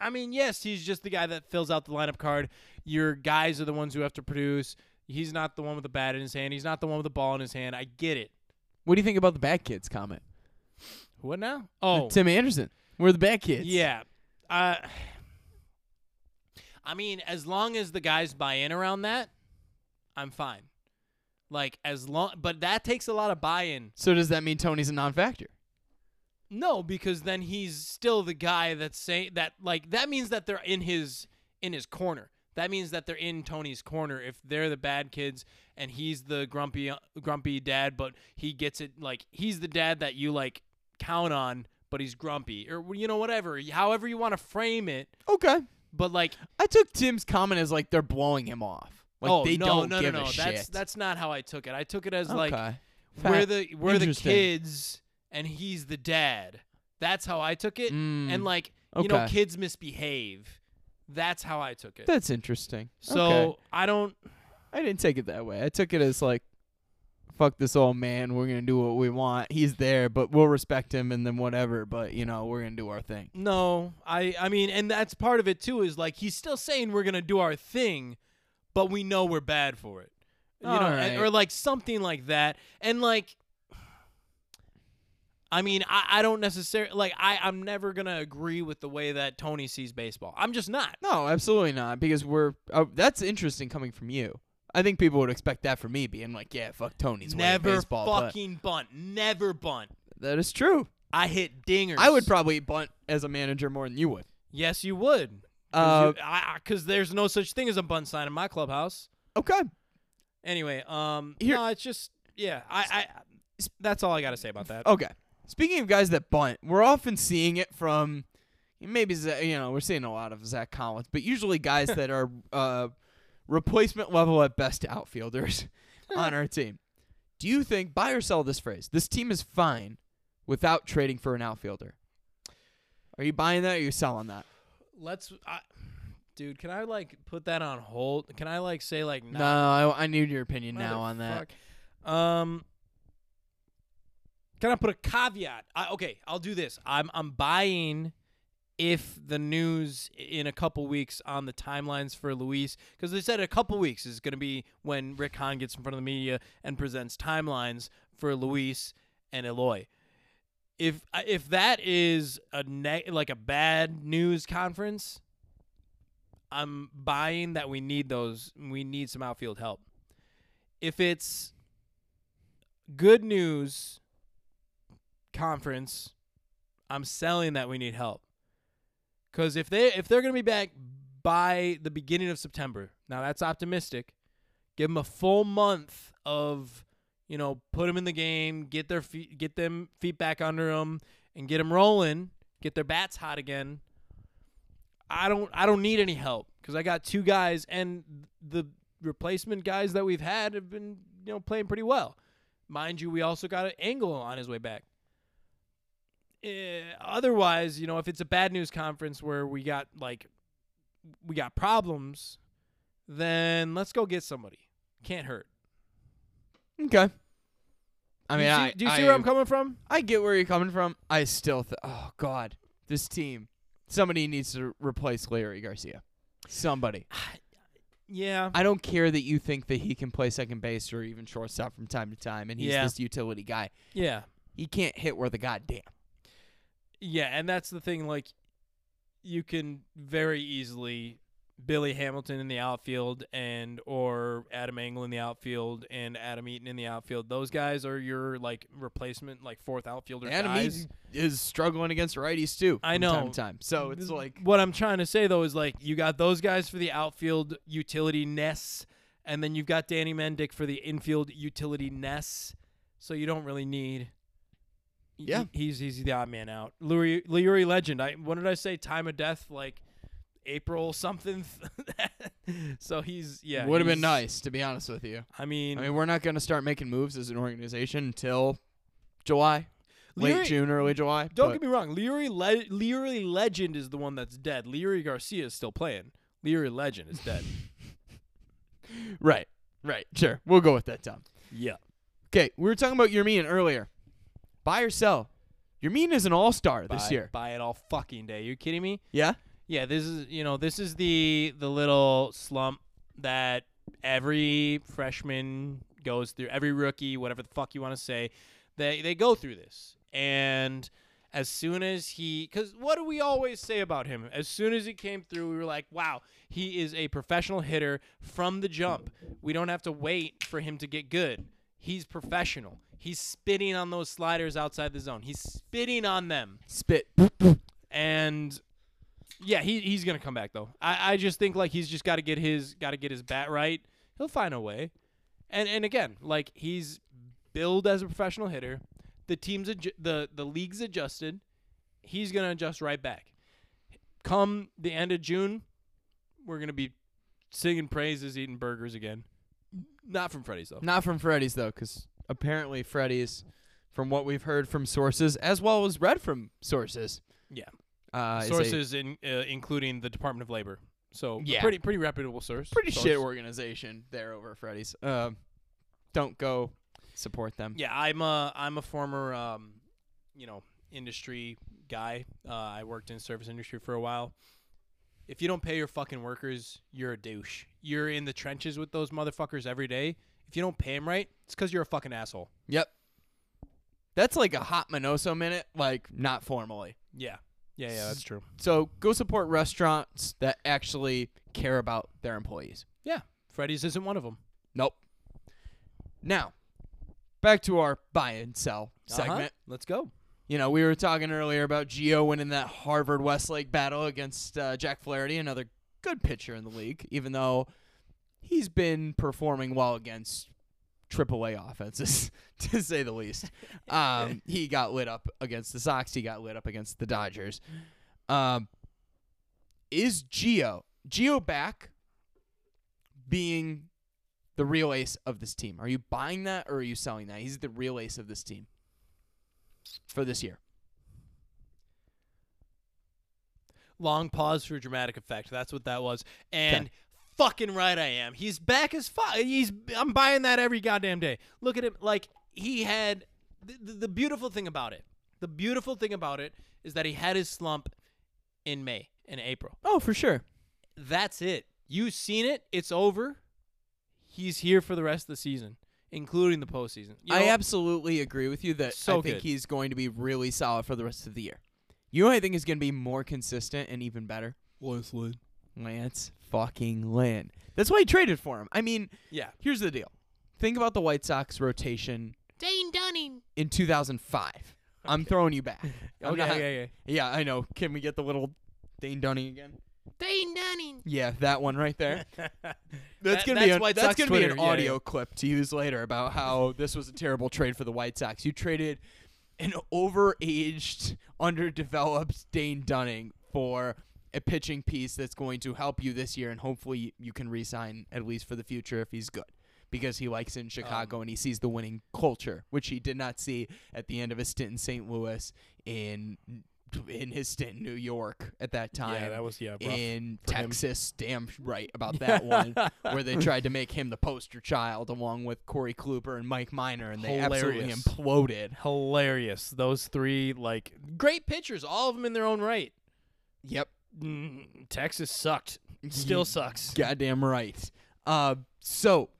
i mean yes he's just the guy that fills out the lineup card your guys are the ones who have to produce he's not the one with the bat in his hand he's not the one with the ball in his hand i get it
What do you think about the bad kids comment?
what now oh
Tim Anderson. We're the bad kids.
yeah uh, i mean as long as the guys buy in around that i'm fine like as long but that takes a lot of buy-in
So does that mean Tony's a non factor?
No, because then he's still the guy that's saying that like that means that they're in his in his corner. That means that they're in Tony's corner if they're the bad kids and he's the grumpy grumpy dad, but he gets it like he's the dad that you like count on, but he's grumpy or you know whatever, however you want to frame it.
Okay.
But like,
I took Tim's comment as like they're blowing him off. Like
oh
they
no,
don't
no,
give
no, no,
a
that's
shit.
that's not how I took it. I took it as like
Okay.
we're
Fact-
the we're the
Interesting.
kids and he's the dad. That's how I took it.
Mm,
and like you know
okay.
kids misbehave that's how i took it
that's interesting.
so
Okay.
i don't
I didn't take it that way. I took it as like, fuck this old man. We're gonna do what we want. He's there, but we'll respect him and then whatever. But you know, we're gonna do our thing.
no i i mean and that's part of it too is like he's still saying we're gonna do our thing but we know we're bad for it you know and-
Alright.
or like something like that and like I mean, I, I don't necessarily like. I I'm never gonna agree with the way that Tony sees baseball. I'm just not.
No, absolutely not. Because we're oh, that's interesting coming from you. I think people would expect that from me, being like, "Yeah, fuck Tony's way of
never
baseball." but
fucking bunt. Never bunt.
that is true.
I hit dingers.
I would probably bunt as a manager more than you would.
yes, you would.
Uh,
Because there's no such thing as a bunt sign in my clubhouse.
Uh, okay.
Anyway, um,
Here-
no, it's just yeah. I, I that's all I gotta say about that.
Okay. Speaking of guys that bunt, we're often seeing it from maybe Za- you know we're seeing a lot of Zach Collins, but usually guys that are uh, replacement level at best outfielders on our team. Do you think buy or sell this phrase? This team is fine without trading for an outfielder. Are you buying that? or Are you selling that?
Let's, I, dude. Can I like put that on hold? Can I like say like
No,
nah,
I, I need your opinion now on that.
motherfuck? Um, can I put a caveat? I, okay, I'll do this. I'm I'm buying if the news in a couple weeks on the timelines for Luis, because they said a couple weeks is going to be when Rick Hahn gets in front of the media and presents timelines for Luis and Eloy. If if that is a ne- like a bad news conference, I'm buying that we need those. We need some outfield help. If it's good news conference, I'm selling that we need help. Cause if they if they're gonna be back by the beginning of September, now that's optimistic. Give them a full month of, you know, put them in the game, get their feet, get them feet back under them, and get them rolling, get their bats hot again. I don't I don't need any help because I got two guys and the replacement guys that we've had have been you know playing pretty well. Mind you, we also got an angle on his way back. Eh, otherwise, you know, if it's a bad news conference where we got like we got problems, then let's go get somebody. Can't hurt.
Okay. I mean,
do you see,
I,
do you
I,
see where I'm coming from?
I get where you're coming from. I still, th- oh God, this team. Somebody needs to replace Larry Garcia. Somebody.
Yeah.
I don't care that you think that he can play second base or even shortstop from time to time, and he's
Yeah.
this utility guy.
Yeah.
He can't hit worth a goddamn.
Yeah, and that's the thing. Like, you can very easily Billy Hamilton in the outfield, and or Adam Engel in the outfield, and Adam Eaton in the outfield. Those guys are your like replacement, like fourth outfielder
Adam
guys.
Eaton is struggling against righties too.
I
from time
know.
to time. So it's
Th-
like
what I'm trying to say though is like you got those guys for the outfield utility ness, and then you've got Danny Mendick for the infield utility ness. So you don't really need. he-
Yeah.
he's he's the odd man out. Leary, Leary Legend. I what did I say? Time of death like April something. so he's yeah.
would have been
he's-
nice to be honest with you.
I mean,
I mean, we're not going to start making moves as an organization until July,
Leary-
late June, early July.
Don't
but-
get me wrong. Leary Le- Leary Legend is the one that's dead. Leary Garcia is still playing. Leary Legend is dead.
right, right, sure. We'll go with that, Tom.
yeah.
Okay, we were talking about Yermin earlier. Buy or sell? Yermin is an all-star this
buy,
year.
Buy it all fucking day. You kidding me?
Yeah.
Yeah, this is you know this is the the little slump that every freshman goes through. Every rookie, whatever the fuck you want to say, they they go through this. And as soon as he, because what do we always say about him? As soon as he came through, we were like, wow, he is a professional hitter from the jump. We don't have to wait for him to get good. He's professional. He's spitting on those sliders outside the zone. He's spitting on them
Spit.
and yeah, he he's gonna come back though. I, I just think like he's just got to get his got to get his bat right. He'll find a way. And and again, like he's billed as a professional hitter. The team's adju- the the league's adjusted. He's gonna adjust right back. Come the end of June, we're gonna be singing praises, eating burgers again. Not from Freddy's though.
Not from Freddy's though, because apparently Freddy's, from what we've heard from sources as well as read from sources,
Yeah.
uh, is
Sources in uh, including the Department of Labor. So
Yeah.
pretty pretty reputable source.
a pretty
source.
shit organization there over at Freddy's. Um, don't go support them.
Yeah, I'm a I'm a former um, you know industry guy. Uh, I worked in service industry for a while. If you don't pay your fucking workers, you're a douche. You're in the trenches with those motherfuckers every day. If you don't pay them right, it's because you're a fucking asshole.
Yep. That's like a hot Minoso minute, like not formally.
Yeah. Yeah, yeah, that's true.
So go support restaurants that actually care about their employees.
Yeah. Freddy's isn't one of them.
Nope. Now, back to our buy and sell
Uh-huh.
segment.
Let's go.
You know, we were talking earlier about Gio winning that Harvard Westlake battle against uh, Jack Flaherty, another good pitcher in the league, even though he's been performing well against AAA offenses, to say the least. Um, he got lit up against the Sox. He got lit up against the Dodgers. Um, is Gio Gio back being the real ace of this team? Are you buying that or are you selling that? He's the real ace of this team for this year.
Long pause for dramatic effect. That's what that was. And fucking right I am. He's back as fuck. He's I'm buying that every goddamn day. Look at him like he had the, the, the beautiful thing about it. The beautiful thing about it is that he had his slump in May and April.
Oh, for sure.
That's it. You've seen it. It's over. He's here for the rest of the season, including the postseason. You
I
know-
absolutely agree with you that
So
I think
good.
he's going to be really solid for the rest of the year. You know, who I think is going to be more consistent and even better. Lance fucking Lynn. That's why I traded for him. I mean,
Yeah.
here's the deal. Think about the White Sox rotation
Dane Dunning.
in 2005. I'm throwing you back. I'm
Okay,
not-
okay, okay.
Yeah, I know. Can we get the little Dane Dunning again?
Dane Dunning.
Yeah, that one right there. That's
That-
gonna be
that's
a-
White
that's
Sox
gonna be
Twitter,
an
yeah, yeah.
audio clip to use later about how this was a terrible trade for the White Sox. You traded an overaged, underdeveloped Dane Dunning for a pitching piece that's going to help you this year, and hopefully you can re-sign at least for the future if he's good. Because he likes it in Chicago
Um,
and he sees the winning culture, which he did not see at the end of his stint in St. Louis, in in his stint in New York at that time
Yeah, that was yeah, rough.
in
for him.
Texas. Damn right about that one, where they tried to make him the poster child along with Corey Kluber and Mike Miner, and they absolutely
Hilarious.
imploded.
Hilarious. Those three like great pitchers, all of them in their own right.
Yep,
Mm, Texas sucked. Still sucks.
goddamn right. Uh, so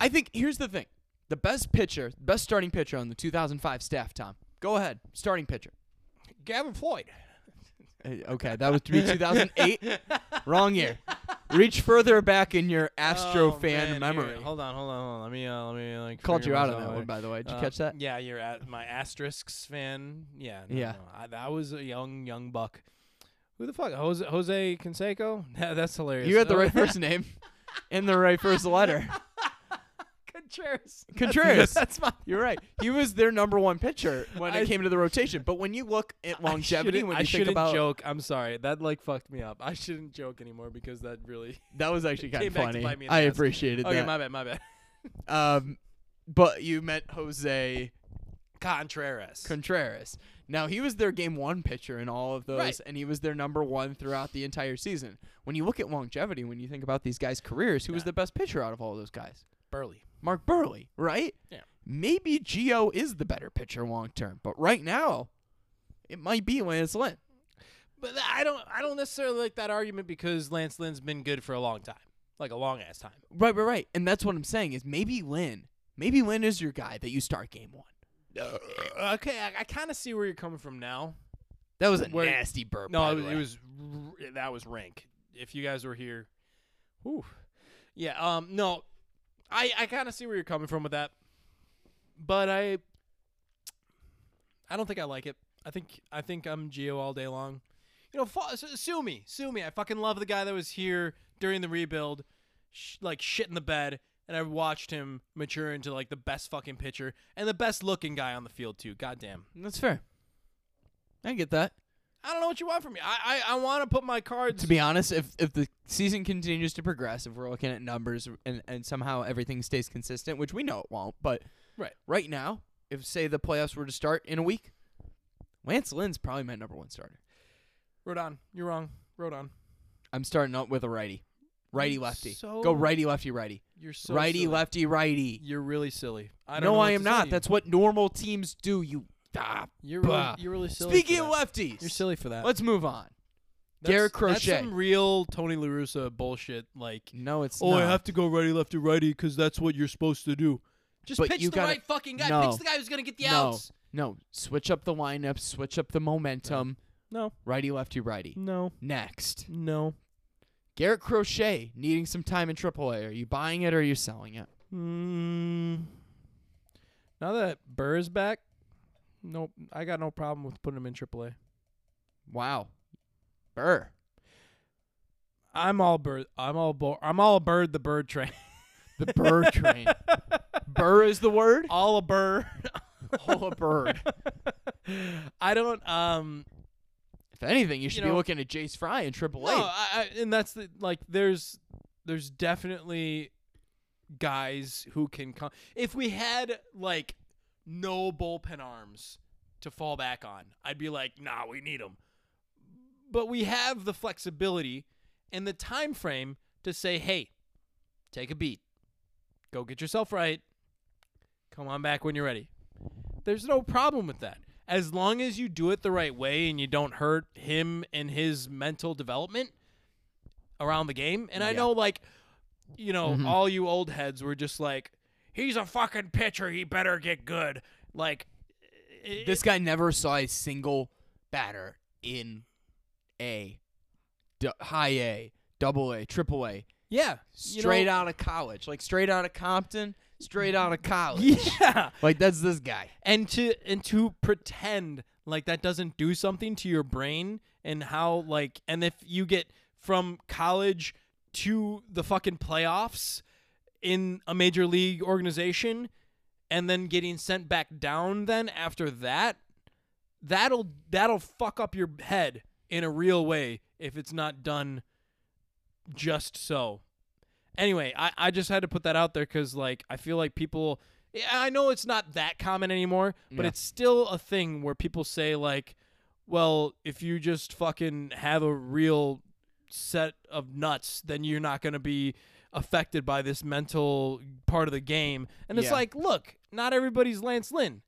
I think here's the thing: the best pitcher, best starting pitcher on the 2005 staff. Tom, go ahead, starting pitcher.
Gavin Floyd.
Uh, Okay, that would be 2008. Wrong year. Reach further back in your Astro fan memory.
Oh, Hold on, hold on, hold on. Let me uh, let me like
Called
figure
you out on
myself
that
out.
one, by the way. Did you
Uh,
catch that?
Yeah, you're at my asterisks fan. Yeah, no,
Yeah.
No, I, that was a young young buck. Who the fuck? Jose Jose Canseco? That's hilarious.
You had the right first name and the right first letter.
Contreras.
Contreras.
That's, that's my.
You're right. He was their number one pitcher when
I-
it came to the rotation. But when you look at
I
longevity,
shouldn't-
when
I
you think
shouldn't
about
joke. I'm sorry. That like fucked me up. I shouldn't joke anymore because that really.
that was actually kind
Came
of
back to
funny.
bite me in the
I
ass.
appreciated
Okay,
that.
my bad, my bad.
um, but you met Jose
Contreras.
Contreras. Now he was their game one pitcher in all of those,
Right.
and he was their number one throughout the entire season. When you look at longevity, when you think about these guys' careers, who was
Yeah.
the best pitcher out of all those guys?
Burley.
Mark Burley, right?
Yeah.
Maybe Gio is the better pitcher long term, but right now, it might be Lance Lynn.
But th- I don't I don't necessarily like that argument because Lance Lynn's been good for a long time. Like a long ass time.
Right, right, right. And that's what I'm saying is maybe Lynn, maybe Lynn is your guy that you start game one.
Okay, I, I kind of see where you're coming from now.
That was a
Where-
nasty burp.
No,
by
it
the
was,
way.
it was r- that was rank. If you guys were here, whew. yeah. Um, no, I I kind of see where you're coming from with that, but I I don't think I like it. I think I think I'm Geo all day long. You know, fa- su- sue me, sue me. I fucking love the guy that was here during the rebuild, sh- like shit in the bed, and I watched him mature into like the best fucking pitcher and the best looking guy on the field too. Goddamn.
That's fair. I get that.
I don't know what you want from me. I I, I want to put my cards
To be honest, if if the season continues to progress, if we're looking at numbers and, and somehow everything stays consistent, which we know it won't, but
Right.
right now, if say the playoffs were to start in a week, Lance Lynn's probably my number one starter.
Rodon, you're wrong. Rodon,
I'm starting up with a righty. Righty
You're
lefty.
so-
Go righty lefty righty.
you're so
righty
silly.
lefty righty.
You're really silly. I don't
no,
know
I
what
am
to say to
not.
you.
That's what normal teams do. You stop.
you're really,
bah.
you're really silly.
Speaking
for
of
that.
lefties,
you're silly for that.
let's move on.
That's-
Garrett
That's
Crochet.
some real Tony La Russa bullshit. Like,
No, it's
oh, I
not.
have to go righty, lefty, righty because that's what you're supposed to do. Just
But
pitch
you
the
gotta-
right fucking guy.
no.
Pitch the guy who's gonna get the
No.
outs.
No, switch up the lineup, switch up the momentum.
No.
Righty, lefty, righty.
No.
Next,
No.
Garrett Crochet needing some time in AAA. Are you buying it or are you selling it?
Mm, now that Burr's back, nope. I got no problem with putting him in AAA.
Wow, Burr.
I'm all bird. I'm all bo- I'm all bird. The bird train.
The Burr train. Burr is the word.
all a bird.
Oh, a bird.
I don't. Um.
If anything, you should
know-
be looking at Jace Fry in AAA.
No. I, I, and that's the like. There's there's definitely guys who can come. If we had like no bullpen arms to fall back on, I'd be like, nah, we need them. But we have the flexibility and the time frame to say, hey, take a beat, go get yourself right, come on back when you're ready. There's no problem with that. As long as you do it the right way and you don't hurt him and his mental development around the game. And I
Yeah.
know, like, you know,
Mhm.
all you old heads were just like, he's a fucking pitcher. He better get good. Like, i-
This guy never saw a single batter in A, d- high A, double A, triple A,
yeah, you know-
straight out of college, like straight out of Compton, straight out of college.
Yeah,
Like that's this guy.
and to and to pretend like that doesn't do something to your brain and how like and if you get from college to the fucking playoffs in a major league organization and then getting sent back down then after that that'll that'll fuck up your head in a real way if it's not done just so anyway i, I just had to put that out there because like i feel like people Yeah, i know it's not that common anymore but
Yeah.
it's still a thing where people say like well if you just fucking have a real set of nuts then you're not going to be affected by this mental part of the game and it's
Yeah.
like look not everybody's lance lynn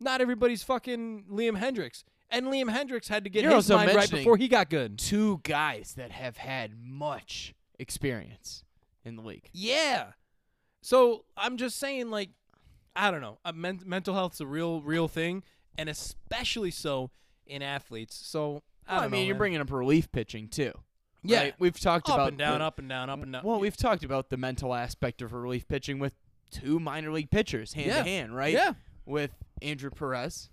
not everybody's fucking Liam Hendricks. And Liam Hendricks had to get
You're
his
also
mind right
mentioning-
before he got good.
Two guys that have had much experience in the league.
Yeah. So I'm just saying, like, I don't know. Uh, men- mental health's a real, real thing, and especially so in athletes. So I,
I,
don't
mean,
know,
you're
man.
bringing up relief pitching too.
Yeah.
right? we've talked
up
about
and down,
the-
up and down, up and down.
Well, we've talked about the mental aspect of relief pitching with two minor league pitchers hand
Yeah.
to hand, right?
Yeah.
With Andrew Perez,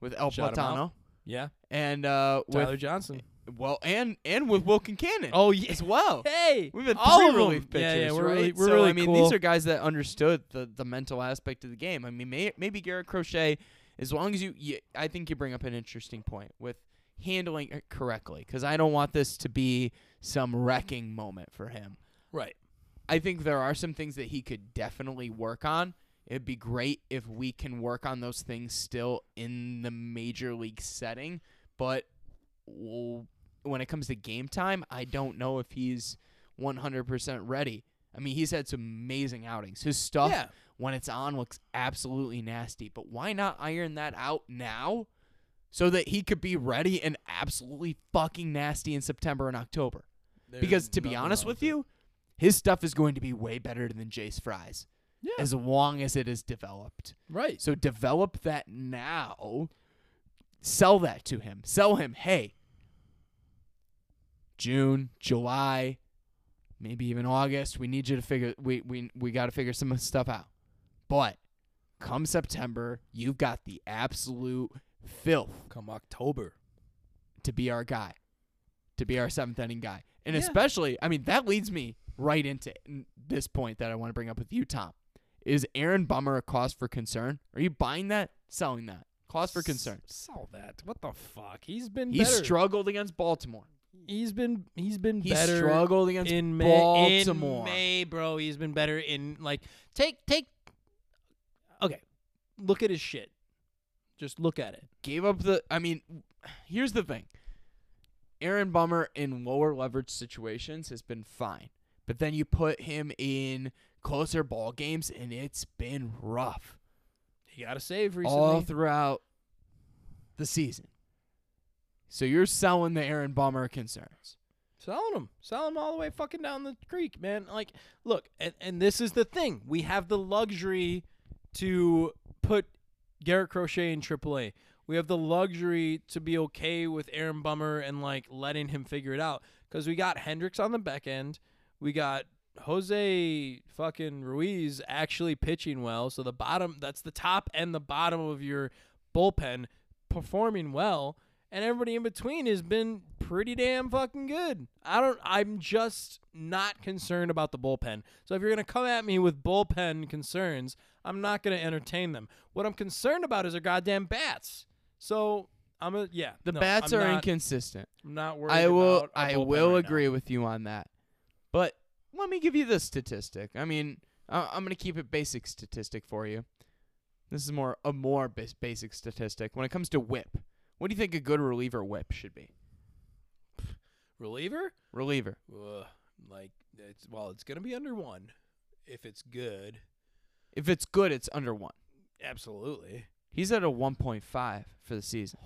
with El
Shout 'em
Platano,
out. Yeah.
and uh,
Tyler
with
Johnson.
well, and and with Wilkin Cannon
Oh yeah.
as well.
Hey.
We've had
all
three
of 'em.
relief pitchers,
Yeah, yeah. We're
right?
really, we're
so,
really
I mean,
cool.
these are guys that understood the the mental aspect of the game. I mean, may, maybe Garrett Crochet, as long as you, you, I think you bring up an interesting point with handling it correctly, because I don't want this to be some wrecking moment for him.
right.
I think there are some things that he could definitely work on. It'd be great if we can work on those things still in the major league setting, but w- when it comes to game time, I don't know if he's 100% ready. I mean, he's had some amazing outings. His stuff
Yeah.
when it's on looks absolutely nasty, but why not iron that out now so that he could be ready and absolutely fucking nasty in September and October? because to be honest with you, his stuff is going to be way better than Jace Fry's
Yeah.
as long as it is developed.
Right.
So develop that now. Sell that to him. Sell him, hey, June, July, maybe even August, we need you to figure we we we got to figure some stuff out. But come September, you've got the absolute filth
Come October.
to be our guy, to be our seventh inning guy. And
Yeah.
especially, I mean, that leads me right into n- this point that I want to bring up with you, Tom. Is Aaron Bummer a cause for concern? Are you buying that? Selling that? Cause for concern.
Saw that. What the fuck? He's been
He
better.
struggled against Baltimore.
He's been he's been
He
better
struggled against
in May,
Baltimore.
In May, bro, he's been better in like take take. Okay, look at his shit. Just look at it.
Gave up the. I mean, here's the thing. Aaron Bummer in lower leverage situations has been fine, but then you put him in closer ball games and it's been rough.
He got a save recently.
all throughout the season. So you're selling the Aaron Bummer concerns.
Selling them, selling them all the way fucking down the creek, man. Like, look, and, and this is the thing: we have the luxury to put Garrett Crochet in AAA. We have the luxury to be okay with Aaron Bummer and like letting him figure it out because we got Hendricks on the back end. We got Jose fucking Ruiz actually pitching well. So the bottom, that's the top and the bottom of your bullpen performing well. And everybody in between has been pretty damn fucking good. I don't, I'm just not concerned about the bullpen. So if you're going to come at me with bullpen concerns, I'm not going to entertain them. What I'm concerned about is their goddamn bats. So I'm a, yeah.
The
no,
bats
I'm
are
not,
inconsistent.
I'm not worried
I will
about our
I
bullpen
will
right now.
agree with you on that. But let me give you this statistic. I mean, I I'm going to keep it basic statistic for you. This is more a more bas- basic statistic when it comes to whip. What do you think a good reliever whip should be?
Reliever?
Reliever.
Ugh, like it's well, it's gonna be under one if it's good.
If it's good, it's under 1.
Absolutely,
He's at a 1.5 for the season.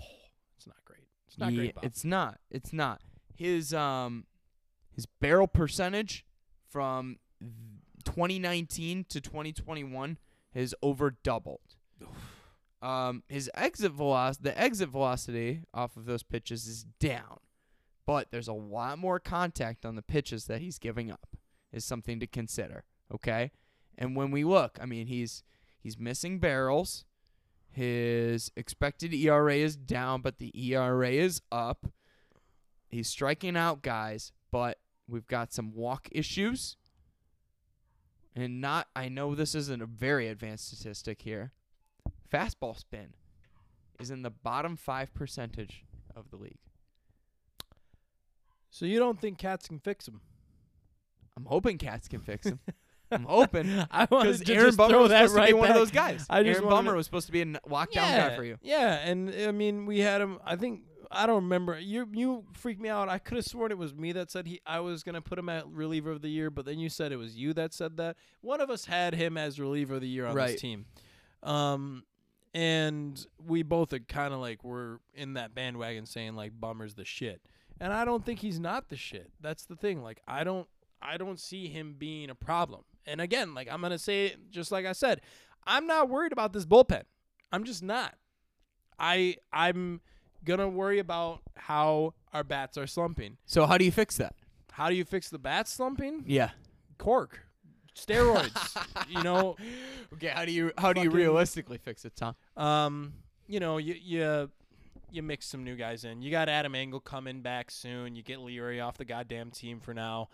it's not great. It's not
Yeah,
great. Bob.
It's not. It's not. His um his barrel percentage from 2019 to 2021 has over doubled. Um his exit velocity the exit velocity off of those pitches is down. But there's a lot more contact on the pitches that he's giving up. Is something to consider, okay? And when we look, I mean he's he's missing barrels. His expected ERA is down, but the ERA is up. He's striking out guys, but we've got some walk issues. And not, I know this isn't a very advanced statistic here. Fastball spin is in the bottom five percentage of the league.
so you don't think cats can fix them?
I'm hoping Cats can fix him. I'm hoping
I wanted
because
to
Aaron
just
Bummer
throw
was
that
supposed
right
to be one
back.
of those guys.
I just
Aaron
wanted
Bummer was supposed to be a n- lockdown
yeah,
guy for you.
Yeah, and I mean we had him. I think I don't remember. You you freaked me out. I could have sworn it was me that said he. I was gonna put him at reliever of the year, but then you said it was you that said that. One of us had him as reliever of the year on
Right.
this team, um, and we both are kind of like were in that bandwagon saying like Bummer's the shit, and I don't think he's not the shit. That's the thing. Like I don't I don't see him being a problem. And again, like I'm gonna say it just like I said, I'm not worried about this bullpen. I'm just not. I I'm gonna worry about how our bats are slumping.
So how do you fix that?
How do you fix the bats slumping?
Yeah.
Cork, steroids. you know,
Okay, how do you how do you
Fucking-
realistically fix it, Tom?
um, you know, you you you mix some new guys in. You got Adam Engel coming back soon. You get Leary off the goddamn team for now,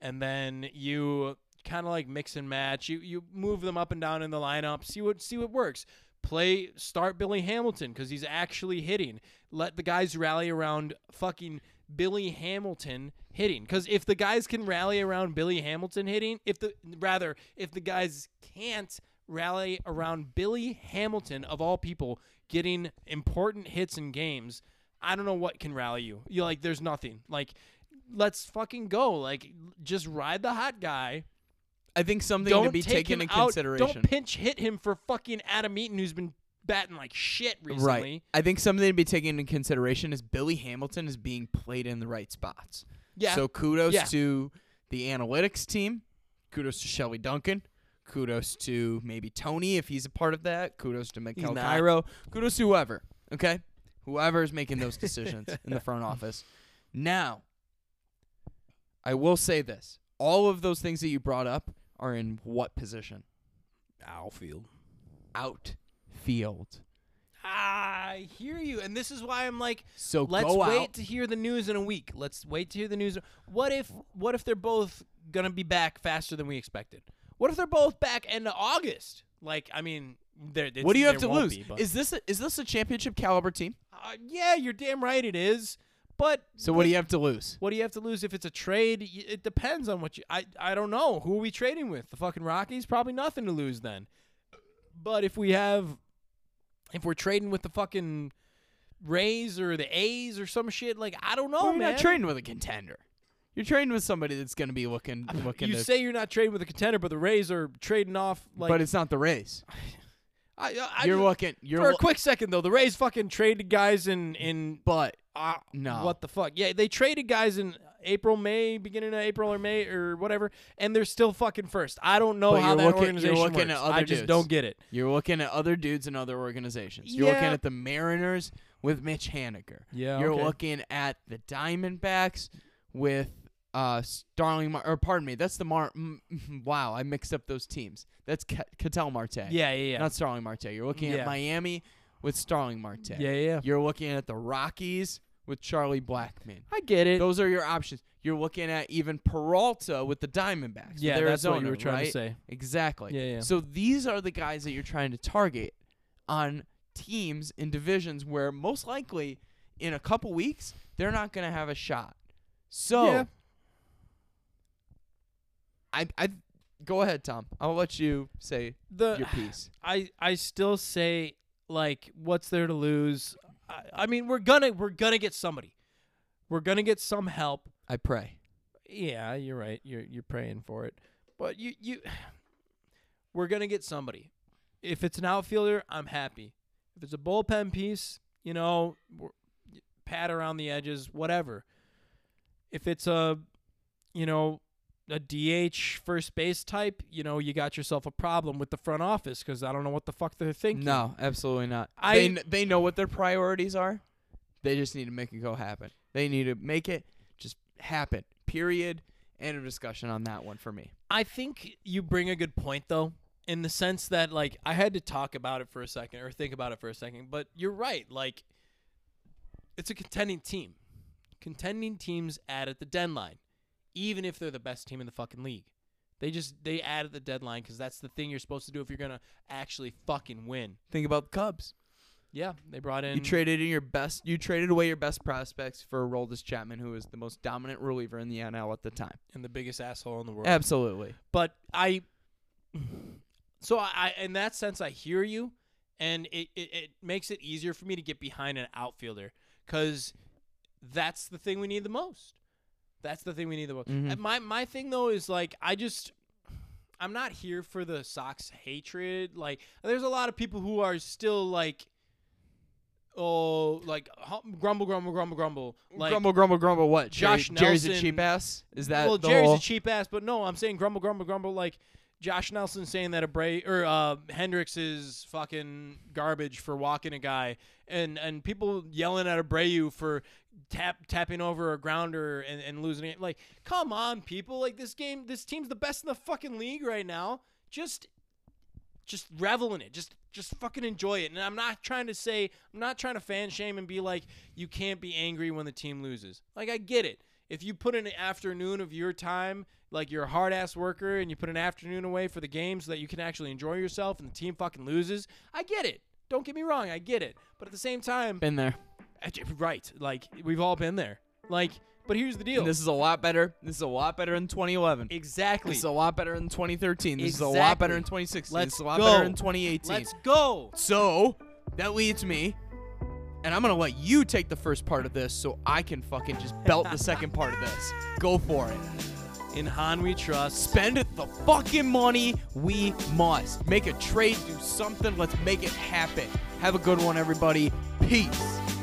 and then you kind of like mix and match. You you move them up and down in the lineup. See what see what works. Play start Billy Hamilton because he's actually hitting. Let the guys rally around fucking Billy Hamilton hitting. Because if the guys can rally around Billy Hamilton hitting, if the rather if the guys can't rally around Billy Hamilton of all people getting important hits in games, I don't know what can rally you. You like there's nothing. Like let's fucking go. Like just ride the hot guy.
I think something
Don't
to be
take
taken
him
in
out.
consideration.
Don't pinch hit him for fucking Adam Eaton who's been batting like shit recently.
Right. I think something to be taken into consideration is Billy Hamilton is being played in the right spots.
Yeah.
So kudos
Yeah.
to the analytics team. Kudos to Shelby Duncan. Kudos to maybe Tony if he's a part of that. Kudos to Mikel
not.
Cairo. Kudos to whoever. Okay? Whoever is making those decisions in the front office. Now, I will say this. All of those things that you brought up are in what position?
outfield.
Outfield.
Ah, I hear you, and this is why I'm like,
So
let's
go
wait
out.
to hear the news in a week. Let's wait to hear the news. What if what if they're both gonna be back faster than we expected? What if they're both back end of August? Like, I mean, there. it's-
What do you have
there
to
won't
lose?
be, but-
is this a, is this a championship caliber team?
uh, yeah, you're damn right it is. But
So what do you have to lose?
what do you have to lose if it's a trade? Y- It depends on what you. I I don't know. Who are we trading with? The fucking Rockies? Probably nothing to lose then. But if we have, if we're trading with the fucking Rays or the A's or some shit, like I don't know,
Well, you're
Oh, man.
not trading with a contender. You're trading with somebody that's going to be looking looking.
you
to,
say you're not trading with a contender, but the Rays are trading off. Like
but it's not the Rays.
I, I, I
you're
just-
looking. You're
for a
lo-
quick second though. The Rays fucking traded guys in in
but
uh,
No.
what the fuck? Yeah, they traded guys in April, May, beginning of April or May or whatever, and they're still fucking first. I don't know
But
how
you're
that
looking- you're
organization
looking
works.
at other
I just
dudes.
don't get it.
You're looking at other dudes and other organizations. You're looking
Yeah.
at the Mariners with Mitch Haniger.
Yeah,
You're looking at the Diamondbacks with uh Starling Mar- or pardon me, that's the Mar mm, wow, I mixed up those teams. That's Ca- Cattell Marte.
Yeah, yeah, yeah.
Not Starling Marte. You're looking
Yeah.
at Miami with Starling Marte.
yeah, yeah, yeah.
You're looking at the Rockies with Charlie Blackman.
I get it.
Those are your options. You're looking at even Peralta with the Diamondbacks. with
yeah, that's what you
Arizona,
were trying
right?
to say.
Exactly.
Yeah, yeah.
So these are the guys that you're trying to target on teams in divisions where most likely in a couple weeks they're not going to have a shot. So
Yeah.
I I go ahead, Tom. I'll let you say
The
your piece.
I I still say like what's there to lose? I, I mean we're gonna we're gonna get somebody. We're gonna get some help.
I pray.
Yeah, you're right. You're you're praying for it. But you you we're gonna get somebody. If it's an outfielder, I'm happy. If it's a bullpen piece, you know, we're, pad around the edges, whatever. If it's a you know a DH first base type, you know, you got yourself a problem with the front office because I don't know what the fuck they're thinking.
No, absolutely not.
I-
they kn- they know what their priorities are. They just need to make it go happen. They need to make it just happen. Period. End of discussion on that one for me.
I think you bring a good point though, in the sense that like I had to talk about it for a second or think about it for a second, but you're right. Like it's a contending team. Contending teams add at the deadline, even if they're the best team in the fucking league. They just they add at the deadline because that's the thing you're supposed to do if you're gonna actually fucking win.
Think about the Cubs.
Yeah, they brought in.
You traded in your best. You traded away your best prospects for Roldis Chapman, who was the most dominant reliever in the NL at the time.
and the biggest asshole in the world.
Absolutely.
but I so I, I in that sense I hear you and it, it, it makes it easier for me to get behind an outfielder because that's the thing we need the most. That's the thing we need the most.
Mhm.
And My my thing though is like I just I'm not here for the Sox hatred. Like there's a lot of people who are still like oh like hum- grumble grumble grumble grumble like
grumble, grumble, grumble. What?
Josh
Jerry's a
Nelson-
cheap ass. Is that
well,
the
Jerry's
whole?
a cheap ass, but no, I'm saying grumble, grumble, grumble. Like Josh Nelson saying that a Abra- or uh, Hendricks is fucking garbage for walking a guy, and and people yelling at Abreu for tap tapping over a grounder and, and losing it. Like, come on, people! Like this game, this team's the best in the fucking league right now. Just just revel in it. Just just fucking enjoy it. And I'm not trying to say I'm not trying to fan shame and be like you can't be angry when the team loses. Like I get it. If you put an afternoon of your time, like you're a hard ass worker and you put an afternoon away for the game so that you can actually enjoy yourself and the team fucking loses, I get it. Don't get me wrong, I get it. But at the same time,
Been there.
right, like we've all been there. Like, but here's the deal.
And this is a lot better. This is a lot better than 2011.
exactly.
This is a lot better than 2013. This is a lot
Exactly.
better than 2016.
Let's
this is a lot
go.
better than 2018.
Let's go.
so that leads me, and I'm gonna let you take the first part of this, so I can fucking just belt the second part of this. Go for it.
In Han we trust.
Spend the fucking money we must. Make a trade, do something. Let's make it happen. Have a good one, everybody. Peace.